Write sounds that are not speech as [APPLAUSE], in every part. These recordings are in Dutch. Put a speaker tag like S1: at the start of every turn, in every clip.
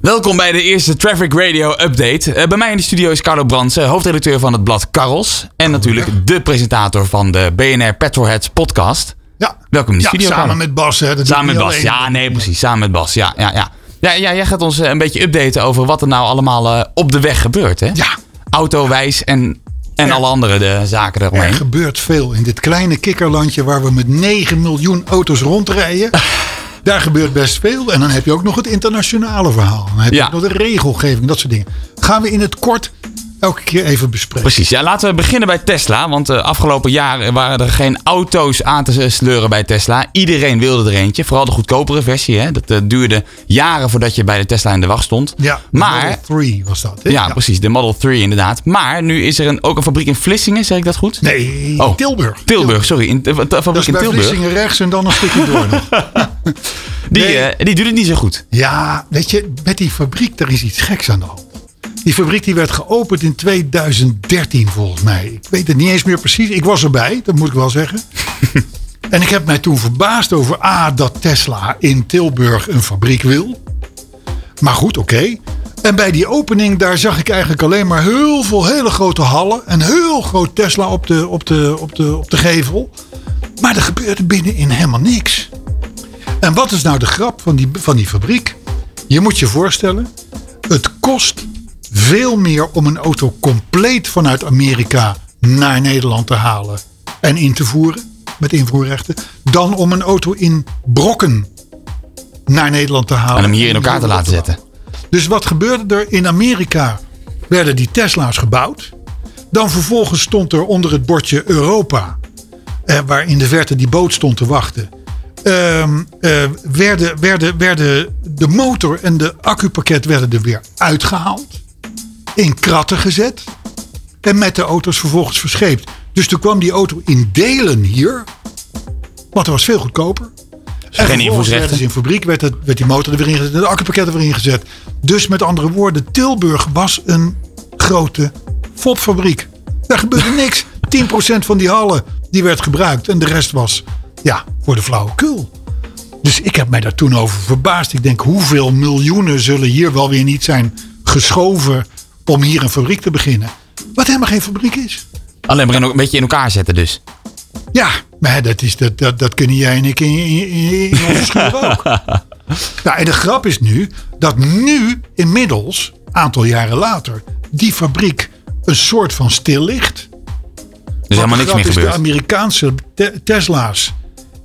S1: Welkom bij de eerste Traffic Radio Update. Eh, bij mij in de studio is Carlo Brandsen, hoofdredacteur van het blad Karels. En natuurlijk de presentator van de BNR Petrolheads podcast.
S2: Ja.
S1: Welkom in de
S2: Ja,
S1: studio,
S2: samen
S1: Carlo.
S2: met Bas. Hè. Dat doe
S1: Samen
S2: ik
S1: met
S2: niet
S1: Bas.
S2: alleen.
S1: Ja, nee, precies. Samen met Bas. Ja, ja, ja. ja, ja jij gaat ons eh, een beetje updaten over wat er nou allemaal eh, op de weg gebeurt. Hè?
S2: Ja,
S1: Autowijs en, en alle andere de zaken
S2: er
S1: eromheen.
S2: gebeurt veel. In dit kleine kikkerlandje waar we met 9 miljoen auto's rondrijden.
S1: [LAUGHS]
S2: daar gebeurt best veel. En dan heb je ook nog het internationale verhaal. Dan heb je
S1: Ja.
S2: ook nog de regelgeving, dat soort dingen. Gaan we in het kort elke keer even bespreken.
S1: Precies, ja, laten we beginnen bij Tesla. Want de afgelopen jaar waren er geen auto's aan te sleuren bij Tesla. Iedereen wilde er eentje. Vooral de goedkopere versie. Hè? Dat eh, duurde jaren voordat je bij de Tesla in de wacht stond.
S2: Ja, de
S1: maar,
S2: Model 3 was dat. hè?
S1: ja, precies, de Model 3 inderdaad. Maar nu is er een, ook een fabriek in Vlissingen, zeg ik dat goed?
S2: Nee,
S1: Oh.
S2: Tilburg.
S1: Tilburg, sorry. In, eh, fabriek
S2: Dat is
S1: in
S2: bij
S1: Tilburg.
S2: Vlissingen rechts en dan een stukje door nog.
S1: Die,
S2: Nee.
S1: eh, die doet het niet zo goed.
S2: Ja, weet je, met die fabriek, er is iets geks aan de hand. Die fabriek die werd geopend in 2013 volgens mij. Ik weet het niet eens meer precies. Ik was erbij, dat moet ik wel zeggen. en ik heb mij toen verbaasd over A, dat Tesla in Tilburg een fabriek wil. Maar goed, oké. En bij die opening, daar zag ik eigenlijk alleen maar heel veel hele grote hallen. En heel groot Tesla op de, op de, op de, op de gevel. Maar er gebeurde binnenin helemaal niks. En wat is nou de grap van die, van die fabriek? Je moet je voorstellen, het kost veel meer om een auto compleet vanuit Amerika naar Nederland te halen en in te voeren met invoerrechten, dan om een auto in brokken naar Nederland te halen.
S1: En hem hier in elkaar te laten zetten.
S2: Dus wat gebeurde er in Amerika? Werden die Tesla's gebouwd? Dan vervolgens stond er onder het bordje Europa, eh, waar in de verte die boot stond te wachten. Ehm, eh, werden, werden, werden de motor en de accupakket werden er weer uitgehaald, in kratten gezet en met de auto's vervolgens verscheept. Dus toen kwam die auto in delen hier, want het was veel goedkoper. En
S1: Geen
S2: vervolgens
S1: invoersrechten.
S2: werd dus in fabriek werd, het, werd die motor er weer ingezet en de accupakket er weer ingezet. Dus met andere woorden, Tilburg was een grote fopfabriek. Daar gebeurde niks. 10% van die hallen die werd gebruikt en de rest was ja, voor de flauwekul. Dus ik heb mij daar toen over verbaasd. Ik denk, hoeveel miljoenen zullen hier wel weer niet zijn geschoven om hier een fabriek te beginnen? Wat helemaal geen fabriek is.
S1: Alleen maar in- een beetje in elkaar zetten dus.
S2: Ja, maar dat, is, dat, dat, dat kunnen jij en ik in, in, in- in onze schuur ook. Nou, en de grap is nu dat nu inmiddels, aantal jaren later, die fabriek een soort van stil ligt.
S1: Dus helemaal niks meer
S2: Dat is de
S1: gebeurd.
S2: Amerikaanse te- Tesla's.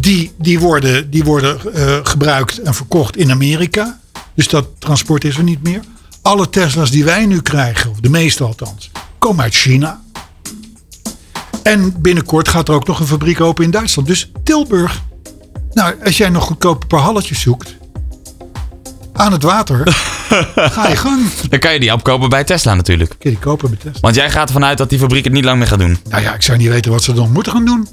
S2: Die, die worden, die worden eh, gebruikt en verkocht in Amerika. Dus dat transport is er niet meer. Alle Tesla's die wij nu krijgen, of de meeste althans, komen uit China. En binnenkort gaat er ook nog een fabriek open in Duitsland. Dus Tilburg. Nou, als jij nog goedkope paar halletjes zoekt. Aan het
S1: [LAUGHS]
S2: water. ga je gang. Kun
S1: Dan kan je die opkopen bij Tesla natuurlijk.
S2: je die kopen met Tesla?
S1: Want jij gaat ervan uit dat die fabriek het niet lang meer gaat doen.
S2: Nou ja, ik zou niet weten wat ze dan moeten gaan doen.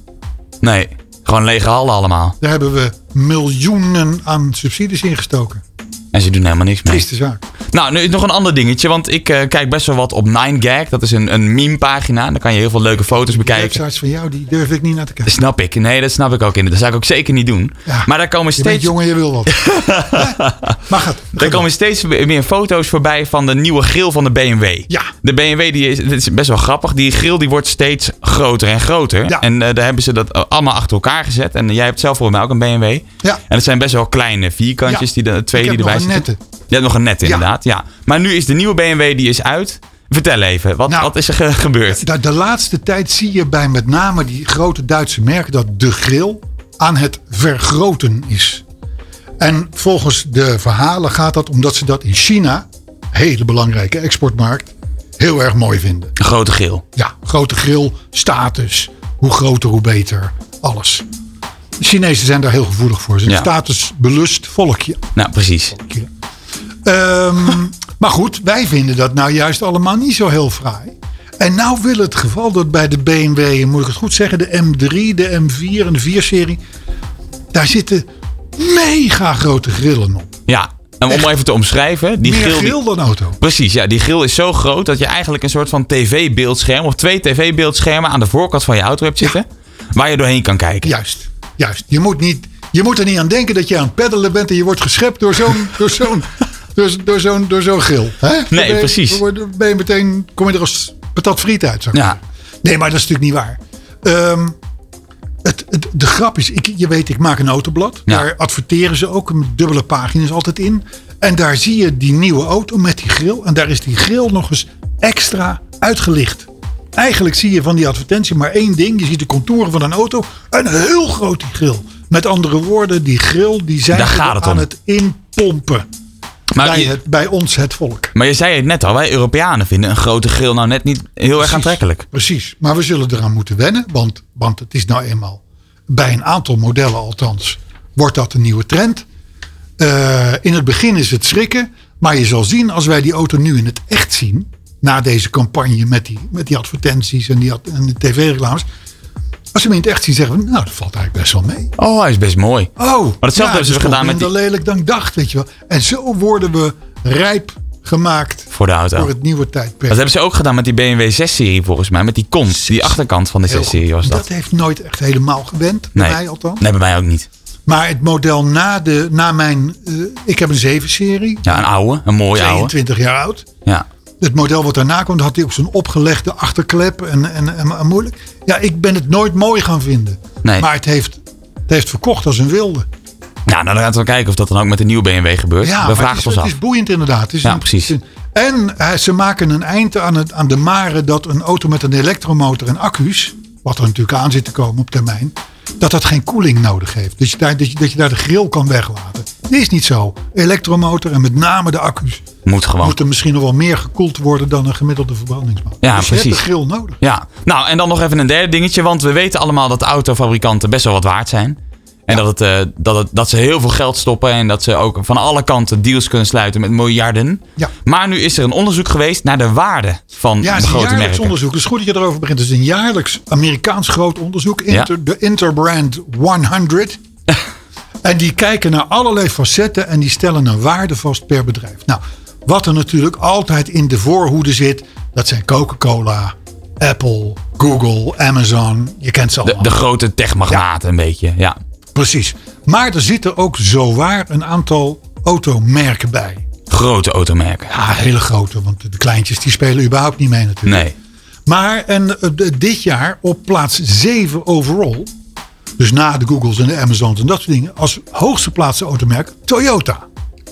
S1: Nee, gewoon lege hallen allemaal.
S2: Daar hebben we miljoenen aan subsidies ingestoken.
S1: En ze doen helemaal niks mee.
S2: Trieste zaak.
S1: Nou, nu is nog een ander dingetje. Want ik eh, kijk best wel wat op 9gag. Dat is een, een meme-pagina. Daar kan je heel veel leuke foto's
S2: De
S1: bekijken.
S2: websites van jou, die durf ik niet naar
S1: Dat
S2: te kijken.
S1: snap ik. Nee, dat snap ik ook inderdaad. Dat zou ik ook zeker niet doen.
S2: Ja.
S1: Maar daar komen
S2: Je bent
S1: steeds...
S2: jong en je wil wat. maar gaat.
S1: Er komen steeds meer foto's voorbij van de nieuwe grill van de BMW.
S2: Ja.
S1: De BMW die is, dit is best wel grappig. Die grill die wordt steeds groter en groter.
S2: Ja.
S1: En eh, daar hebben ze dat eh, allemaal achter elkaar gezet. En eh, jij hebt zelf voor mij ook een BMW.
S2: Ja.
S1: En het zijn best wel kleine vierkantjes,
S2: Ja.
S1: die de, twee
S2: Ik heb
S1: die erbij
S2: nog een
S1: zitten. Je hebt nog een net inderdaad. Ja. Maar nu is de nieuwe BMW die is uit. Vertel even, wat,
S2: Nou.
S1: wat is er ge- gebeurd?
S2: De, de laatste tijd zie je bij met name die grote Duitse merken dat de grill aan het vergroten is. En volgens de verhalen gaat dat omdat ze dat in China, hele belangrijke exportmarkt, heel erg mooi vinden.
S1: Een grote grill.
S2: Ja, grote grill, status. Hoe groter, hoe beter. Alles. De Chinezen zijn daar heel gevoelig voor. Ze zijn
S1: Ja.
S2: een statusbelust volkje.
S1: Nou, precies.
S2: Ehm, [LAUGHS] maar goed, wij vinden dat nou juist allemaal niet zo heel fraai. En nou wil het geval dat bij de BMW, moet ik het goed zeggen, de M3, de M4 en de 4-serie, daar zitten mega grote grillen op.
S1: Ja, en om even te omschrijven. Die
S2: Meer
S1: grill, die-
S2: grill dan auto.
S1: Precies, ja. Die grill is zo groot dat je eigenlijk een soort van tv-beeldscherm... of twee tv-beeldschermen aan de voorkant van je auto hebt zitten... waar je doorheen kan kijken.
S2: Juist,
S1: [LAUGHS]
S2: juist. Je moet, niet, je moet er niet aan denken dat je aan het peddelen bent en je wordt geschept door zo'n door zo'n door door, door zo'n door zo'n grill. Hè? Dan ben je-
S1: precies.
S2: dan word- dan Ben je meteen, kom je er als patat friet uit. zou ik
S1: Ja.
S2: zeggen. Nee, maar dat is natuurlijk niet waar. Ehm, het, het- de grap is, ik, je weet, ik maak een autoblad.
S1: Ja.
S2: Daar adverteren ze ook een dubbele pagina's altijd in. En daar zie je die nieuwe auto met die grill. En daar is die grill nog eens extra uitgelicht. Eigenlijk zie je van die advertentie maar één ding. Je ziet de contouren van een auto. Een heel groot die grill. Met andere woorden, die grill die zijn
S1: Daar
S2: ze
S1: gaat het
S2: aan
S1: om.
S2: het inpompen.
S1: Maar,
S2: bij,
S1: je,
S2: het, bij ons het volk.
S1: maar je zei het net al, wij Europeanen vinden een grote grill nou net niet heel erg aantrekkelijk.
S2: Precies, maar we zullen eraan moeten wennen, want, want het is nou eenmaal, bij een aantal modellen althans, wordt dat een nieuwe trend. Eh, in het begin is het schrikken, maar je zal zien als wij die auto nu in het echt zien, na deze campagne met die, met die advertenties en die ad- en de tv-reclames, als we hem in het echt zien zeggen we, nou dat valt eigenlijk best wel mee.
S1: Oh, hij is best mooi.
S2: Oh,
S1: hetzelfde
S2: ja,
S1: hebben
S2: het
S1: ze
S2: is toch
S1: gedaan met die-
S2: minder lelijk dan ik dacht, weet je wel. En zo worden we rijp gemaakt
S1: Voor de auto.
S2: voor het nieuwe tijdperk.
S1: Dat hebben ze ook gedaan met die BMW 6-serie volgens mij. Met die kont, die achterkant van de
S2: Heel
S1: 6-serie
S2: goed.
S1: was dat.
S2: Eh, Dat heeft nooit echt helemaal gewend, bij mij althans.
S1: nee, bij mij ook niet.
S2: Maar het model na, de, na mijn... eh, ik heb een 7-serie,
S1: Ja, een oude, een mooie oude.
S2: 22 jaar oud.
S1: Ja.
S2: Het model wat daarna kwam, had hij ook zo'n opgelegde achterklep en, en, en, en moeilijk. Ja, ik ben het nooit mooi gaan vinden.
S1: Nee.
S2: Maar het heeft, het heeft verkocht als een wilde.
S1: Nou, dan gaan we wel kijken of dat dan ook met de nieuwe BMW gebeurt.
S2: Ja,
S1: we
S2: maar
S1: vragen het
S2: het, is,
S1: ons
S2: het
S1: af.
S2: is boeiend inderdaad. Het is
S1: Ja,
S2: een-
S1: precies.
S2: En eh, ze maken een eind aan, het, aan de mare dat een auto met een elektromotor en accu's, wat er natuurlijk aan zit te komen op termijn, dat dat geen koeling nodig heeft. Dus je daar, dat, je, dat je daar de grill kan weglaten. Dat is niet zo. Elektromotor en met name de accu's
S1: Moet gewoon.
S2: moeten misschien nog wel meer gekoeld worden dan een gemiddelde verbrandingsmotor.
S1: Ja,
S2: dus je hebt
S1: precies.
S2: de grill nodig.
S1: Ja, nou en dan nog even een derde dingetje. Want we weten allemaal dat autofabrikanten best wel wat waard zijn. En dat, het, eh, dat, het, dat ze heel veel geld stoppen en dat ze ook van alle kanten deals kunnen sluiten met miljarden.
S2: Ja.
S1: Maar nu is er een onderzoek geweest naar de waarde van
S2: Ja,
S1: de
S2: het is een
S1: grote
S2: jaarlijks
S1: merken.
S2: onderzoek. Het is goed dat je erover begint. Het is een jaarlijks Amerikaans groot onderzoek.
S1: Ja.
S2: Inter, De Interbrand
S1: [LAUGHS]
S2: 100. en die kijken naar allerlei facetten en die stellen een waarde vast per bedrijf. Nou, wat er natuurlijk altijd in de voorhoede zit, dat zijn Coca-Cola, Apple, Google, Amazon. Je kent ze
S1: De,
S2: allemaal.
S1: de grote techmagnaten een beetje, ja.
S2: Precies. Maar er zitten ook zowaar een aantal automerken bij.
S1: Grote automerken.
S2: Ja, Ah, hele grote, want de kleintjes die spelen überhaupt niet mee natuurlijk.
S1: Nee.
S2: Maar en, eh, d- dit jaar op plaats 7 overall. Dus na de Googles en de Amazons en dat soort dingen. Als hoogste plaatsen automerk Toyota.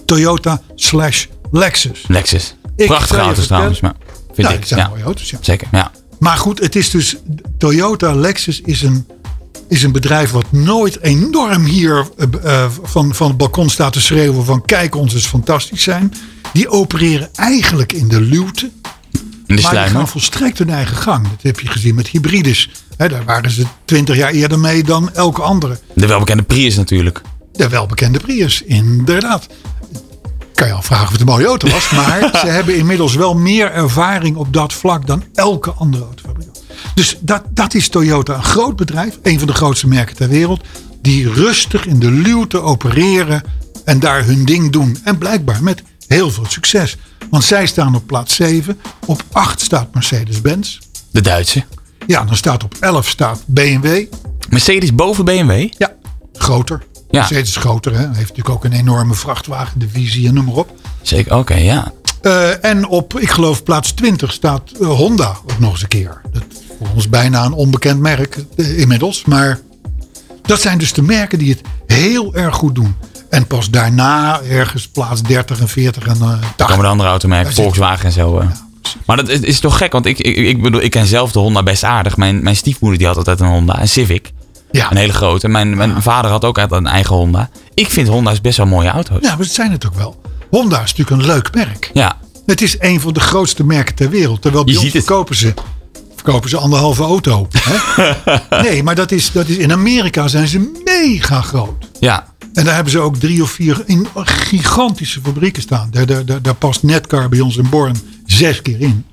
S2: Toyota slash Lexus.
S1: Lexus.
S2: Ik zal
S1: Prachtige
S2: je
S1: auto's trouwens, maar
S2: vertellen-
S1: vind
S2: nou,
S1: ik.
S2: het zijn
S1: Ja,
S2: mooie auto's, ja.
S1: zeker. Ja.
S2: Maar goed, het is dus... Toyota Lexus is een, is een bedrijf wat nooit enorm hier eh, eh, van, van het balkon staat te schreeuwen van... Kijk, ons is fantastisch zijn. Die opereren eigenlijk in de luwte.
S1: In de
S2: Maar die gaan
S1: sluimer.
S2: volstrekt hun eigen gang. Dat heb je gezien met hybrides. Hè, daar waren ze twintig jaar eerder mee dan elke andere.
S1: De welbekende Prius natuurlijk.
S2: De welbekende Prius, inderdaad. Kan je al vragen of het een mooie auto was. Maar ze hebben inmiddels wel meer ervaring op dat vlak dan elke andere autofabrikant. Dus dat, dat is Toyota, een groot bedrijf. Een van de grootste merken ter wereld. Die rustig in de luwte opereren en daar hun ding doen. En blijkbaar met heel veel succes. Want zij staan op plaats 7. Op 8 staat Mercedes-Benz.
S1: De Duitse.
S2: Ja, dan staat op 11 staat BMW.
S1: Mercedes boven BMW.
S2: Ja, groter.
S1: Ja.
S2: Steeds groter. Hè. Heeft natuurlijk ook een enorme vrachtwagendivisie en noem maar op.
S1: Zeker, oké, ja.
S2: Eh, en op, ik geloof, plaats 20 staat eh, Honda ook nog eens een keer. Dat is voor ons bijna een onbekend merk eh, inmiddels. Maar dat zijn dus de merken die het heel erg goed doen. En pas daarna ergens plaats 30 en 40 en eh 80.
S1: Komen de andere automerken,
S2: zit-
S1: Volkswagen en zo. eh. maar dat is, is toch gek, want ik, ik, ik bedoel, ik ken zelf de Honda best aardig. Mijn, mijn stiefmoeder die had altijd een Honda, een Civic.
S2: Ja.
S1: Een hele grote. Mijn, mijn vader had ook altijd een eigen Honda. Ik vind Honda's best wel mooie auto's.
S2: ja, maar dat zijn het ook wel. Honda is natuurlijk een leuk merk.
S1: Ja,
S2: Het is een van de grootste merken ter wereld. Terwijl bij
S1: Je
S2: ons
S1: ziet het.
S2: verkopen ze, verkopen ze anderhalve auto. Hè?
S1: [LAUGHS]
S2: nee, maar dat is, dat is, in Amerika zijn ze mega groot.
S1: ja.
S2: En daar hebben ze ook drie of vier in gigantische fabrieken staan. Daar, daar, daar, daar past Netcar bij ons in Born zes keer in.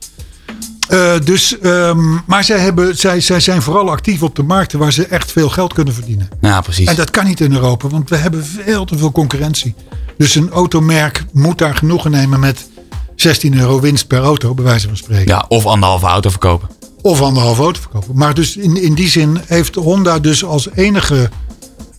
S2: Eh, dus, ehm, maar zij, hebben, zij, zij zijn vooral actief op de markten waar ze echt veel geld kunnen verdienen.
S1: Ja, precies.
S2: En dat kan niet in Europa, want we hebben veel te veel concurrentie. Dus een automerk moet daar genoegen nemen met 16 euro winst per auto, bij wijze van spreken.
S1: Ja, of anderhalve auto verkopen.
S2: Of anderhalf auto verkopen. Maar dus in, in die zin heeft Honda dus als enige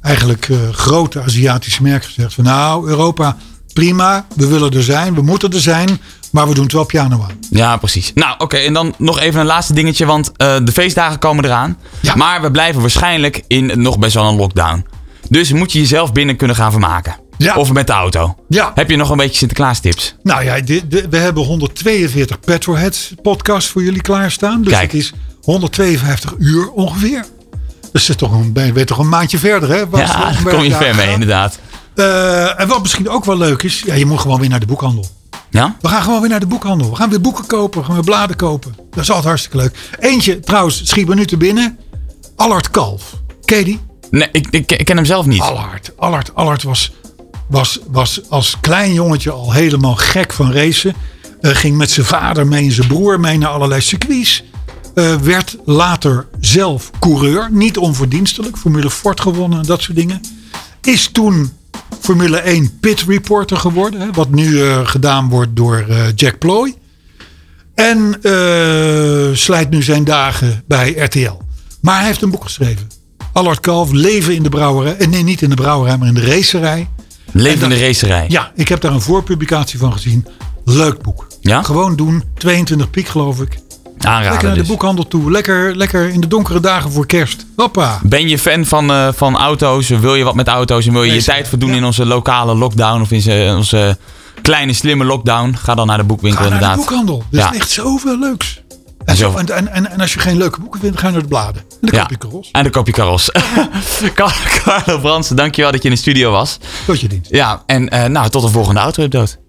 S2: eigenlijk eh, grote Aziatische merk gezegd van nou Europa, prima, we willen er zijn, we moeten er zijn, maar we doen het wel piano aan.
S1: Ja, precies. Nou, oké. en dan nog even een laatste dingetje. Want eh, de feestdagen komen eraan.
S2: Ja.
S1: Maar we blijven waarschijnlijk in nog best wel een lockdown. Dus moet je jezelf binnen kunnen gaan vermaken.
S2: Ja.
S1: Of met de auto.
S2: Ja.
S1: Heb je nog een beetje Sinterklaas tips?
S2: Nou ja, dit- dit- we hebben 142 Petroheads podcast voor jullie klaarstaan. Dus
S1: Kijk.
S2: het is 152 uur ongeveer. Dus het is toch een, ben je ben je toch een maandje verder, hè? Wat-
S1: ja,
S2: wat-
S1: daar kom je
S2: ja,
S1: ver mee inderdaad.
S2: Eh, en wat misschien ook wel leuk is, ja, je moet gewoon weer naar de boekhandel.
S1: Ja?
S2: We gaan gewoon weer naar de boekhandel. We gaan weer boeken kopen, we gaan weer bladen kopen. Dat is altijd hartstikke leuk. Eentje, trouwens, schiet me nu te binnen. Allard Kalf. Ken je die?
S1: Nee, ik, ik, ik ken hem zelf niet.
S2: Allard. Allard, Allard was, was, was als klein jongetje al helemaal gek van racen. Eh, ging met zijn vader mee en zijn broer mee naar allerlei circuits. Eh, werd later zelf coureur. Niet onverdienstelijk. Formule Ford gewonnen en dat soort dingen. Is toen Formule 1 pit reporter geworden. Hè, wat nu eh, gedaan wordt door eh, Jack Ploy. En eh, slijt nu zijn dagen bij RTL. Maar hij heeft een boek geschreven. Allard Kalf, Leven in de Brouwerij. Eh, Nee, niet in de brouwerij, maar in de racerij.
S1: Leven in de racerij.
S2: Ja, ik heb daar een voorpublicatie van gezien. Leuk boek.
S1: Ja?
S2: Gewoon doen. 22 piek, geloof ik. Lekker
S1: Aanraden
S2: naar de
S1: dus.
S2: boekhandel toe. Lekker, lekker in de donkere dagen voor kerst. Hoppa.
S1: Ben je fan van, eh, van auto's? Wil je wat met auto's? En wil je je
S2: Racerij,
S1: tijd verdoen
S2: ja.
S1: in onze lokale lockdown? Of in ze- onze kleine slimme lockdown? Ga dan naar de boekwinkel
S2: Ga naar
S1: inderdaad.
S2: de boekhandel. Er is
S1: Ja.
S2: echt zoveel leuks. En,
S1: Zo-
S2: zo, en, en, en, en als je geen leuke boeken vindt, ga je naar de bladen. En dan koop je karos.
S1: En dan koop je karos. Carlo Bransen, dankjewel dat je in de studio was.
S2: Tot je dienst.
S1: Ja, en eh, nou, tot de volgende auto-update.